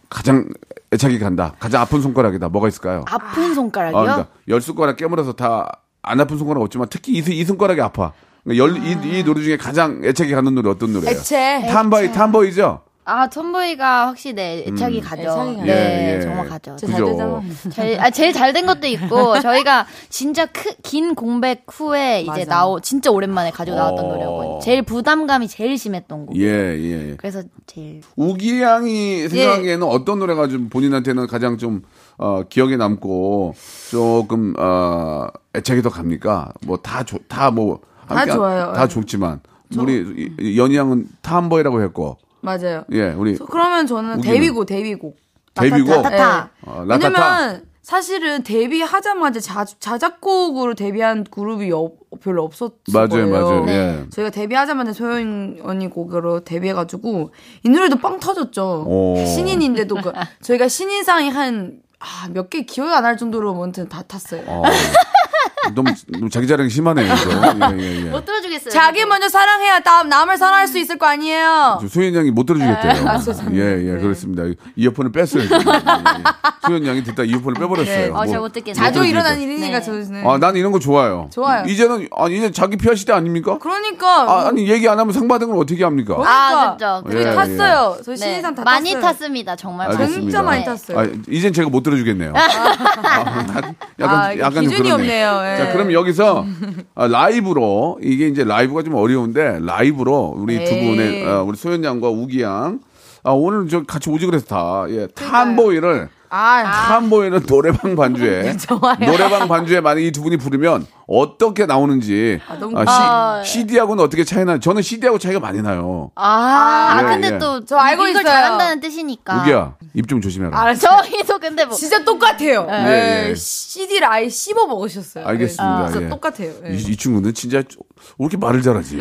가장 애착이 간다. 가장 아픈 손가락이다. 뭐가 있을까요? 아픈 손가락이요? 아, 그러니까 열 손가락 깨물어서 다 안 아픈 손가락 없지만 특히 이, 손- 이 손가락이 아파. 그러니까 열, 이, 이 노래 중에 가장 애착이 가는 노래 어떤 노래예요? 액체. 탐바이 탐보이죠? 아, 톰보이가 확실히 네, 음. 애착이 가죠. 애착이 가죠. 네, 예, 예. 정말 가죠. 진짜 잘 그죠. 되잖아. 제일, 아, 제일 잘 된 것도 있고, 저희가 진짜 크, 긴 공백 후에 이제 맞아. 나오, 진짜 오랜만에 가지고 나왔던 어. 노래였거든요. 제일 부담감이 제일 심했던 곡. 예, 예. 예. 그래서 제일. 우기 양이 예. 생각하기에는 어떤 노래가 좀 본인한테는 가장 좀 어, 기억에 남고 조금 어, 애착이 더 갑니까? 뭐 다 뭐다다뭐다 좋아요. 다 좋지만 우리 이- 이 연희 양은 탐보이라고 했고 맞아요. 예 우리 저- 그러면 저는 우기는? 데뷔곡, 데뷔곡. 데뷔곡? 라타타. 예. 아, 라타타. 왜냐면 사실은 데뷔하자마자 자, 자작곡으로 데뷔한 그룹이 여- 별로 없었을 맞아요, 거예요. 네. 맞아요. 예. 저희가 데뷔하자마자 소연 언니 곡으로 데뷔해가지고 이 노래도 빵 터졌죠. 오. 신인인데도 그- 저희가 신인상이 한 아, 몇 개 기억이 안 날 정도로 아무튼 다 탔어요. 어, 너무, 너무 자기 자랑 이 심하네요. 이거. 예, 예, 예. 못 들어주겠어요. 자기 먼저 사랑해야 남, 남을 사랑할 수 있을 거 아니에요. 지금 소연 양이 못 들어주겠대요. 아, 죄송합니다. 예, 예, 그렇습니다. 이어폰을 뺐어요. 지금. 예, 예. 소연 양이 듣다 이어폰을 네. 빼버렸어요. 어, 잘못 뭐, 듣겠네요. 못 자주 들어주겠다. 일어나는 일이니까 네. 저는. 아, 난 이런 거 좋아요. 좋아요. 이제는 아니 이제 자기 피할 시대 아닙니까? 그러니까 아, 아니 얘기 안 하면 상 받은 걸 어떻게 합니까? 아, 그러니까. 진짜. 예, 예. 그래요. 탔어요. 저희 네. 신인상 다 많이 탔어요. 탔습니다. 정말 많이. 아, 알겠습니다. 진짜 많이 네. 탔어요. 아, 이젠 제가 못 들어주겠네요. 아, 약간 아, 이게 약간 좀 기준이 그렇네요. 없네요. 예. 자, 그럼 여기서 아, 라이브로 이게 이제 라이브가 좀 어려운데 라이브로 우리 두 에이. 분의 아, 우리 소연 양과 우기 양 아, 오늘 저 같이 오지 그래서 다 예, 탐보이를 아, 탐보이는 노래방 반주에 노래방 반주에 만약 이 두 분이 부르면 어떻게 나오는지 너무 아, 시, CD하고는 어떻게 차이 나요? 저는 CD하고 차이가 많이 나요. 아, 예, 아, 근데 예. 또. 저 알고 이걸 있어요. 잘한다는 뜻이니까. 우기야 입 좀 조심해라. 알았어. 아, 저희도 근데 뭐. 진짜 똑같아요. 예, 예, 예. CD를 아예 씹어 먹으셨어요. 알겠습니다. 예, 진짜 예. 똑같아요. 예. 이, 이 친구는 진짜 왜 이렇게 말을 잘하지?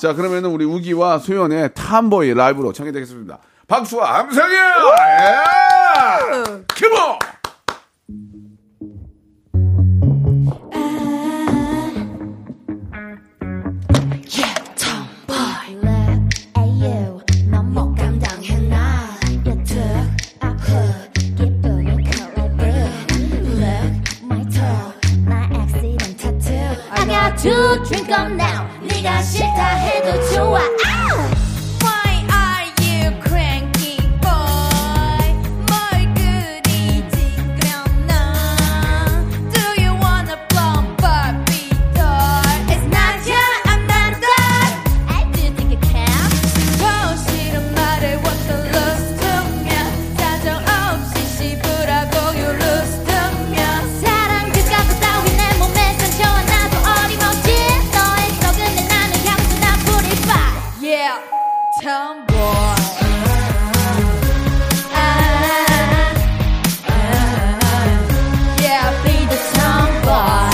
자, 그러면은 우리 우기와 소연의 탐보이 라이브로 청해되겠습니다. 박수와 함성이요! 예! 큐모! I got to drink 'em now. 네가 싫다 해도 좋아. 아! Why are you cranky boy? 뭘 그리 찌그러나? Do you wanna blow Barbie doll? It's not you, I'm not that. I do think it counts. Oh, 더 싫은 말에 what the lust to me? 사정 없이 씹으라고 you lose to me. 사랑 그가도 따윈 내 몸에 상처 하나도 어림없지. 너의 썩은 내 나는 향수 나 purify. Yeah, tomboy. Ah, ah, yeah, be the tomboy.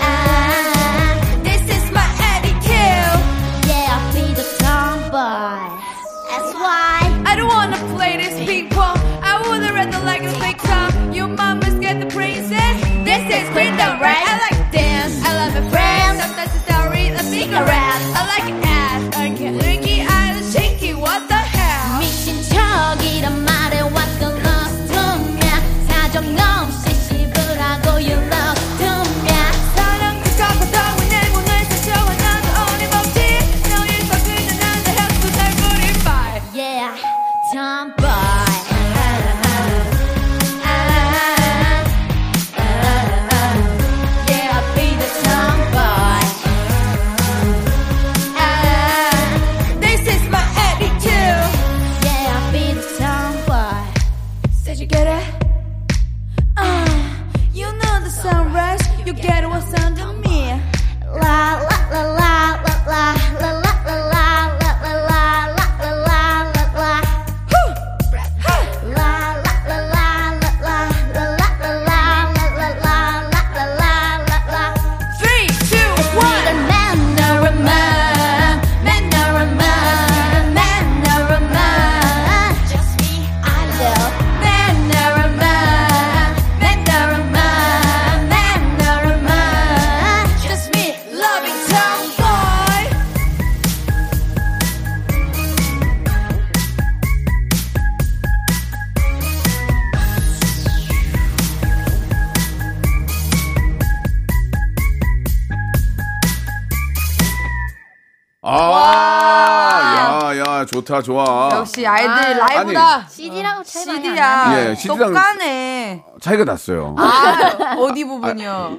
Ah, this is my attitude. Yeah, be the tomboy. That's why I don't wanna play this ping pong. I wanna run the like a big time. Your mama's got the princess. This is freedom, right? I like dance. I love my friends. Sometimes it's a read a cigarette. I like ass. I can looky eyes shaky. What the hell? 미친 척이란 말에 왔던 lost to me. 사정 없이 씹으라고 you lost to me. 사랑 그저보다 내 문을 닫혀와 나도 어림없지. 너의 덕분에 난내 혈도 잘 purify. Yeah, tomboy. Yeah, be the tomboy. This is my attitude. Yeah, be the tomboy. Did you get it? Uh, you know the sunrise, you get what's under me. La la la la la la la la la la la la la la la la la. Whew! La la la la la la la la la la la la la la la la la la. Three, two, one. Be the man 아, 야, 야, 좋다, 좋아. 역시 아이들 아. 라이브다. CD랑 차이 많이 안 나요. 어, CD야. 예, CD랑 똑같네. 차이가 났어요. 아, 어디 부분이요?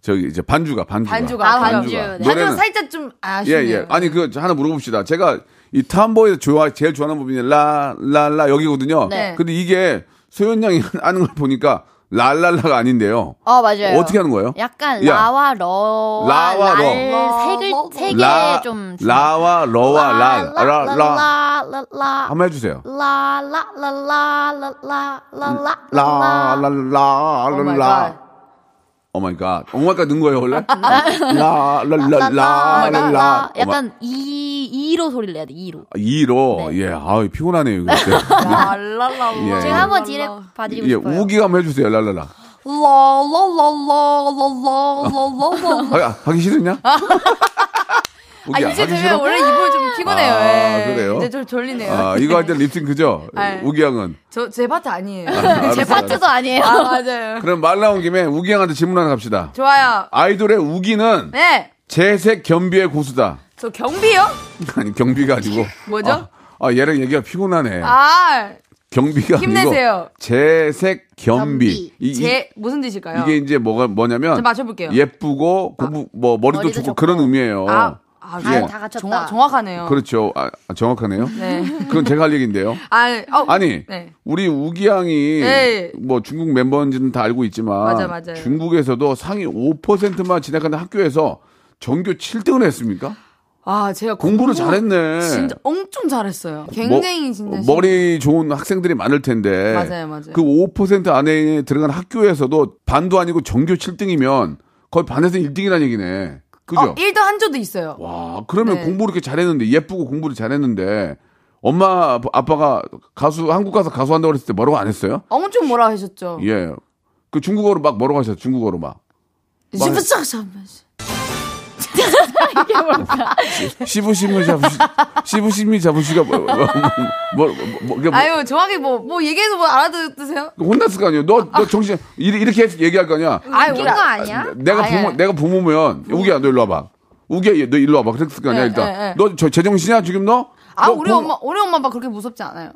저기 이제 반주가 예. 반주가. 반주가. 아, 반주. 반주. 네. 반주가 노래는 살짝 좀 예, 아쉽네요. 예. 아니 그 하나 물어봅시다. 제가 이 탐보에서 좋아 제일 좋아하는 부분이 라라라 여기거든요. 네. 근데 이게 소연 양이 하는 걸 보니까 라라라가 아닌데요. 어 네. 맞아요. 어떻게 하는 거예요? 약간 야. 라와 러. 라와 러. 라, 세개세개좀 라와 러와 라라라 라라라라라 한번 해주세요. 라라라라라라라라 라라라라라. Oh 오 마이 갓. 오 마이 갓 넣은 어, 거예요, 원래? 라라라라라라. 어, 아, 약간 이 이로 소리를 내야 돼 이로 2로 네. 예. 아유, 피곤하네요, 이거. 랄랄라. 예. 제가 한번 디렉 봐드리고 예, 싶어요 우기가 한번 해주세요, 랄랄라. 랄랄랄랄랄랄랄랄. 아, 하기 싫으냐? 아, 우기야, 요새 하기 되면 싫어? 원래 입을 좀 피곤해요. 아, 예. 그래요? 이제 좀 졸리네요. 아, 이거 할 때 립싱 그죠? 네. 우기 형은. 저, 제 파트 아니에요. 알았어요. 아, 제 파트도 아니에요 아, 맞아요. 그럼 말 나온 김에 우기 형한테 질문 하나 갑시다. 좋아요. 아이돌의 우기는 네. 재색 겸비의 고수다. 저 경비요? 아니, 경비가 아니고. 뭐죠? 아, 아, 얘랑 얘기가 피곤하네. 아, 경비가 힘내세요. 아니고 재색 겸비. 이, 이- 제, 무슨 뜻일까요? 이게 이제 뭐가 뭐냐면 저 맞춰볼게요. 예쁘고 공부 뭐 머리도, 머리도 좋고, 좋고. 그런 의미예요. 아, 아, 예. 다 정확, 갖췄다 정확하네요. 그렇죠. 아, 아, 정확하네요. 네. 그건 제가 할 얘기인데요. 아, 어, 아니 네. 우리 우기 양이 네. 뭐 중국 멤버인지는 다 알고 있지만 맞아, 맞아요. 중국에서도 상위 5%만 진학하는 학교에서 전교 7등을 했습니까? 아, 제가 공부를 공부 잘했네. 뭐, 진짜 엄청 잘했어요. 굉장히 머- 진짜. 머리 좋은 학생들이 많을 텐데 맞아요, 맞아요. 그 5% 안에 들어간 학교에서도 반도 아니고 전교 7등이면 거의 반에서 1등이라는 얘기네. 그죠? 어, 1등 한 조도 있어요. 와, 그러면 네. 공부를 이렇게 잘했는데, 예쁘고 공부를 잘했는데, 엄마, 아빠- 아빠가 가수, 한국 가서 가수 한다고 그랬을 때 뭐라고 안 했어요? 엄청 뭐라 하셨죠? 예. 그 중국어로 막 뭐라고 하셨어요? 중국어로 막. 슈퍼스타샤면서. 시부시미 잡으시, 시부시미 잡으시가 뭐, 뭐, 뭐, 뭐, 이게 뭐- 아유, 정확히 뭐, 뭐 얘기해서 뭐 알아듣으세요? 혼났을 거 아니에요? 너, 너 정신, 이리- 이렇게 해서 얘기할 거 아니야? 네, 아유, 웃긴 거 아니야? 내가 아예. 부모, 내가 부모면, 우기야, 너 일로 와봐. 우기야, 얘, 너 일로 와봐. 그랬을 거 아니야, 네, 일단. 네, 네. 너 저, 제정신이야, 지금 너? 아, 너 우리 공- 엄마, 우리 엄마 아빠 그렇게 무섭지 않아요?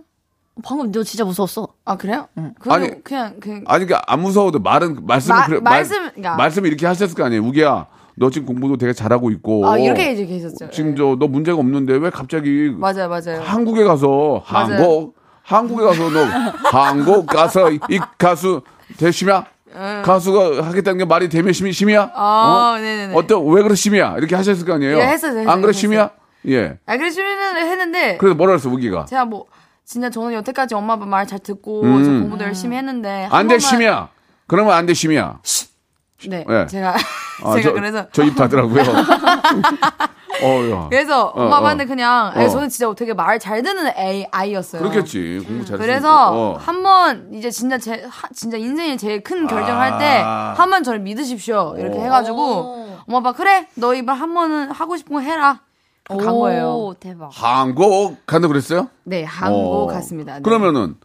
방금 너 진짜 무서웠어 아, 그래요? 응. 아니. 그냥, 그냥, 그냥. 아니 그러니까 안 무서워도 말은 말씀을 마- 그래- 말씀- 그러니까. 말씀을 이렇게 하셨을 거 아니에요. 우기야, 너 지금 공부도 되게 잘하고 있고. 아, 이렇게 이제 계셨죠. 지금 저 너 문제가 없는데 왜 갑자기 맞아요, 맞아요. 한국에 가서 맞아요. 한국 한국에 가서 너 한국 가서 이, 이 가수 대심이야? 가수가 하겠다는 게 말이 되면 심이 심이야? 아, 네네네. 어? 어떤 왜 그래 심이야? 이렇게 하셨을 거 아니에요. 예, 했어요, 했어요, 안 그래 했어요. 심이야? 예. 아, 그래서 출연을 했는데. 그래서 뭐라 그랬어 우기가? 제가 뭐, 진짜 저는 여태까지 엄마 아빠 말 잘 듣고, 저 공부도 열심히 했는데. 한 음. 안돼 번만- 심이야. 그러면 안돼 심이야. 네. 예. 제가, 아, 제가 저- 그래서. 저 입 닫으라고요. 어야. 그래서 어, 엄마 어. 아빠한테 그냥 어. 아니, 저는 진짜 되게 말 잘 듣는 애, 아이였어요. 그렇겠지. 공부 잘했으니까. 그래서 어. 한 번 이제 진짜 제 하- 진짜 인생의 제일 큰 결정을 할 때 아. 한 번 저를 믿으십시오 이렇게 해가지고 엄마 아빠 그래 너 이번 한 번은 하고 싶은 거 해라 간 거예요. 오 대박 한국 간다 그랬어요? 네 한국 어. 갔습니다. 네. 그러면은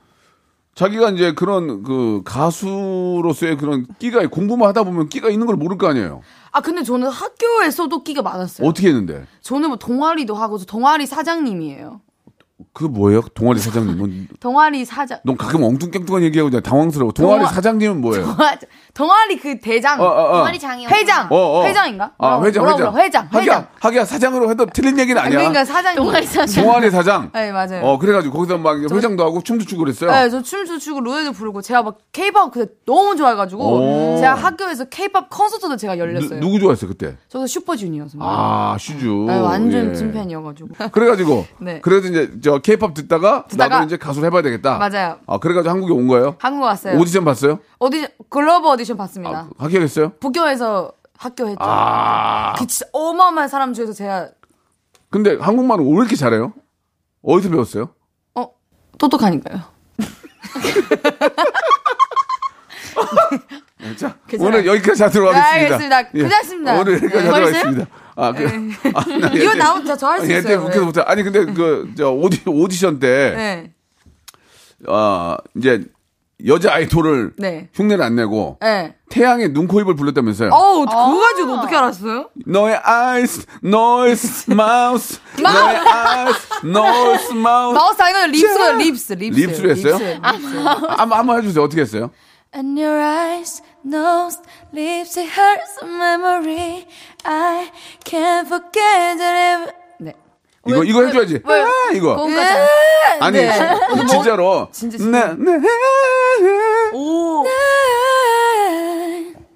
자기가 이제 그런 그 가수로서의 그런 끼가 공부만 하다 보면 끼가 있는 걸 모를 거 아니에요. 아 근데 저는 학교에서도 끼가 많았어요. 어떻게 했는데? 저는 뭐 동아리도 하고 저 동아리 사장님이에요. 그 뭐예요? 동아리 사장님은 동아리 사장 넌 가끔 엉뚱깽뚱한 얘기하고 그냥 당황스러워. 동아리 동아- 사장님은 뭐예요? 동아리 그 대장 어, 어, 어. 머리 장이 회장 어, 어. 회장인가? 아, 뭐라고- 회장, 뭐라고 회장. 그래? 회장 회장 하기야, 하기야, 사장으로 해도 틀린 얘기는 아, 아니야. 그러니까 사장 동아리 사장. 동아리 사장. 네 맞아요. 어, 그래가지고 거기서 막 회장도 하고 춤도 추고 그랬어요. 네, 저 춤도 추고 노래도 부르고 제가 막 케이팝 그때 너무 좋아해가지고 오. 제가 학교에서 케이팝 콘서트도 제가 누, 열렸어요. 누구 좋아했어요 그때? 저도 슈퍼주니어 선배. 아, 아, 슈즈. 완전 예. 찐팬이어가지고. 그래가지고 네. 그래서 이제 저 케이팝 듣다가, 듣다가 나도 이제 가수를 해봐야 되겠다. 맞아요. 네. 아 그래가지고 한국에 온 거예요. 한국 왔어요. 오디션 봤어요? 어디 글로벌 오디션 봤습니다. 아, 합격했어요? 북교에서 합격했죠. 아 그 진짜 어마어마한 사람 중에서 제가 근데 한국말을 왜 이렇게 잘해요? 어디서 배웠어요? 어 똑똑하니까요. 자 괜찮아요. 네, 오늘 여기까지 하도록 하겠습니다. 예. 알겠습니다. 괜찮습니다. 오늘 여기까지 네. 하도록 벌써요? 네. 하겠습니다. 아, 그, 아, 이거 나오면 다 저할 수 얘때 있어요. 네. 음. 웃겨서 못해. 아니 근데 그 저 오디 오디션 때 네. 아, 이제 여자 아이돌을 네. 흉내를 안 내고 네. 태양의 눈, 코, 입을 불렀다면서요. 어우, 그거 가지고 어떻게 알았어요? 너의 eyes, noise, mouth, 너의 eyes, noise, mouth. 마우스 아니고 립스, 립스, 립스. 립스로 했어요? 아, 립스. 한번 한번 해주세요. 어떻게 했어요? And your eyes, nose, lips, it hurts memory. I can't forget that it. 네. 이거 이거 해줘야지. 아, 이거. 그거까지. 아니 진- 진짜로. 네. 뭐? 진짜, 네, 진짜. 네. 오.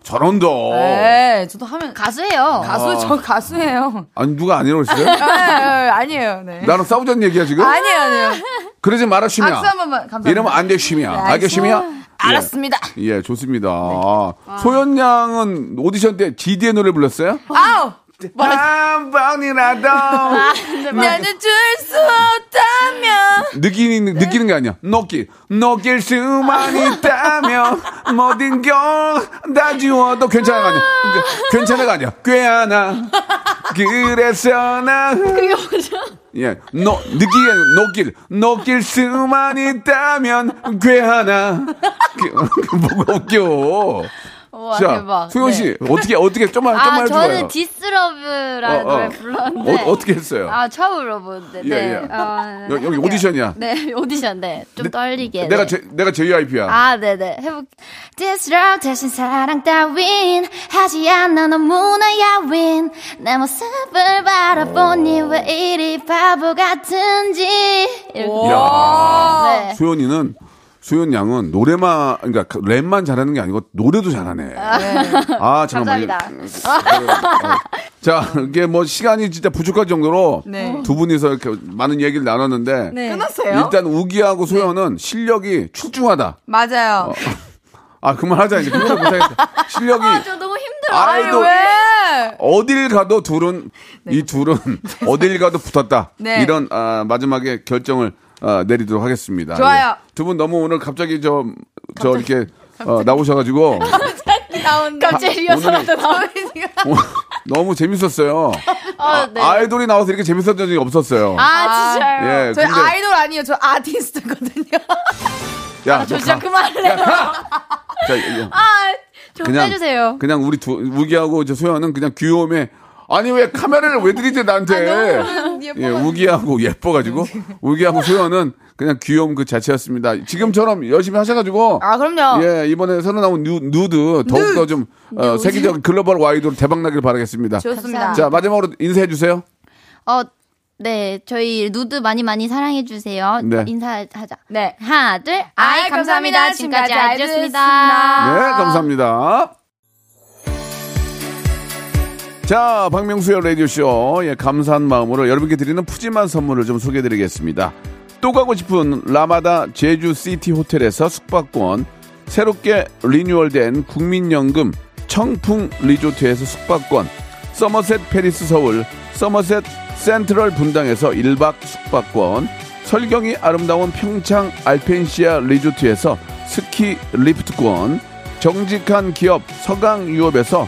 저런도. 네, 저도 하면 가수예요. 아. 가수, 저 가수예요. 아니 누가 안 이러시죠? 네, 아니에요, 네. 나랑 싸우자는 얘기야 지금? 아니에요, 아니에요. 그러지 마라 쉬면. 박수 한 번만, 감사합니다. 네, 이러면 안돼 쉬면. 알겠 쉬면. 알았습니다. 네. 예, 예, 좋습니다. 아, 소연 양은 오디션 때 지디의 노래 불렀어요? 아우! 아, 한 번이라도 나는 줄 수 없다면. 느끼는 네. 느끼는 게 아니야. 느끼 느낄 수만 있다면 모든 걸다 지워도 괜찮아가 아니야. 그러니까 괜찮아가 아니야. 꽤하나 그래서 나 예, 너 느끼게 느낄 느낄 수만 있다면 꽤하나 그, 뭐가 웃겨. 우와, 자, 대박. 네. 소영 씨 어떻게 어떻게 좀만 좀만 아, 해줘요. 저는 디스러브라는 어, 어. 노래 불렀는데. 어, 어떻게 했어요? 아, 처음 불러보는데. 예, 네. 예. 어, 여기, 여기 해볼게요. 오디션이야. 네, 오디션, 네. 좀 내- 떨리게. 내가 네. 제, 내가 JYP야. 아, 네네. 해볼 Disrupt 대신 사랑 따윈 하지 않아 너무나 야윈 내 모습을 바라보니 왜 이리 바보 같은지. 이렇게. 야. 어. 네. 소연이는 소연 양은 노래만 그러니까 그 랩만 잘하는 게 아니고 노래도 잘하네. 아 잠깐만. 감사합니다. 자 이게 뭐 시간이 진짜 부족할 정도로 네. 두 분이서 이렇게 많은 얘기를 나눴는데 네, 끊었어요? 일단 우기하고 소연은 실력이 출중하다. 맞아요. 어. 아 그만하자 이제 그만 못하겠다. 실력이 아, 저 너무 힘들어. 아니, 아이도 왜? 어딜 가도 둘은 네. 이 둘은 어딜 가도 붙었다. 네. 이런 아, 마지막에 결정을 아, 내리도록 하겠습니다. 예. 좋아요. 두 분 너무 오늘 갑자기 저, 저 이렇게 어, 나오셔가지고 갑자기 아, 오늘 너무 재밌었어요. 아, 이돌이 나와서 이렇게 재밌었던 적이 없었어요. 네. 아, 진짜요? 예, 저희 근데- 아이돌 아니에요. 저 아티스트거든요. 야, 저 아, 진짜 가- 그만할래요. 자, 이- 아, 좀 그냥 빼주세요. 그냥 우리 두, 우기하고 저 소연은 그냥 귀여움에 아니 왜 카메라를 왜 들이대 아, 나한테? 예, 우기하고 예뻐가지고 우기하고 소연은 그냥 귀여움 그 자체였습니다. 지금처럼 열심히 하셔가지고 아, 그럼요. 예 이번에 새로 나온 뉴, 누드 더욱더 좀 어, 세계적 글로벌 와이드로 대박 나길 바라겠습니다. 좋습니다. 자 마지막으로 인사해 주세요. 어, 네, 저희 누드 많이 많이 사랑해주세요. 네. 인사하자. 네. 하나, 둘, 아이, 아이, 감사합니다. 감사합니다. 지금까지 지금까지 아이들이었습니다. 아이들이었습니다. 네 감사합니다. 자, 박명수의 라디오쇼. 예, 감사한 마음으로 여러분께 드리는 푸짐한 선물을 좀 소개해 드리겠습니다. 또 가고 싶은 라마다 제주시티 호텔에서 숙박권, 새롭게 리뉴얼된 국민연금 청풍 리조트에서 숙박권, 서머셋 페리스 서울, 서머셋 센트럴 분당에서 1박 숙박권, 설경이 아름다운 평창 알펜시아 리조트에서 스키 리프트권, 정직한 기업 서강유업에서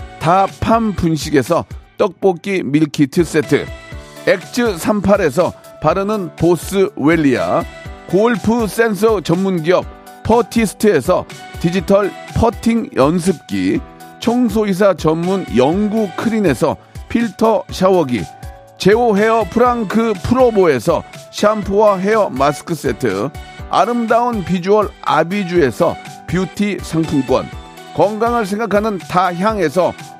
다팜 분식에서 떡볶이 밀키트 세트 엑즈 38에서 바르는 보스 웰리아 골프 센서 전문 기업 퍼티스트에서 디지털 퍼팅 연습기 청소이사 전문 영구 크린에서 필터 샤워기 제오 헤어 프랑크 프로보에서 샴푸와 헤어 마스크 세트, 아름다운 비주얼 아비주에서 뷰티 상품권, 건강을 생각하는 다향에서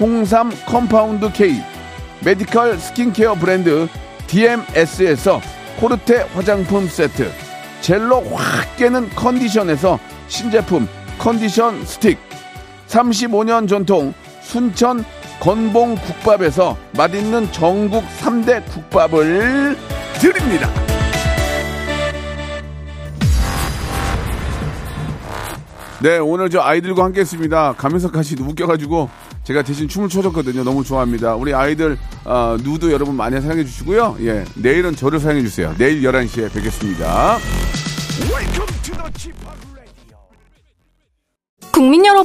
홍삼 컴파운드 K 메디컬 스킨케어 브랜드 DMS에서 코르테 화장품 세트 젤로 확 깨는 컨디션에서 신제품 컨디션 스틱 35년 전통 순천 건봉 국밥에서 맛있는 전국 3대 국밥을 드립니다. 네, 오늘 저 아이들과 함께 했습니다. 가면서 같이 웃겨가지고 제가 대신 춤을 춰줬거든요. 너무 좋아합니다. 우리 아이들, 아, 누드 여러분 많이 사랑해 주시고요. 예, 내일은 저를 사랑해 주세요. 내일 11시에 뵙겠습니다. Welcome to the Chipak Radio. 국민 여러분.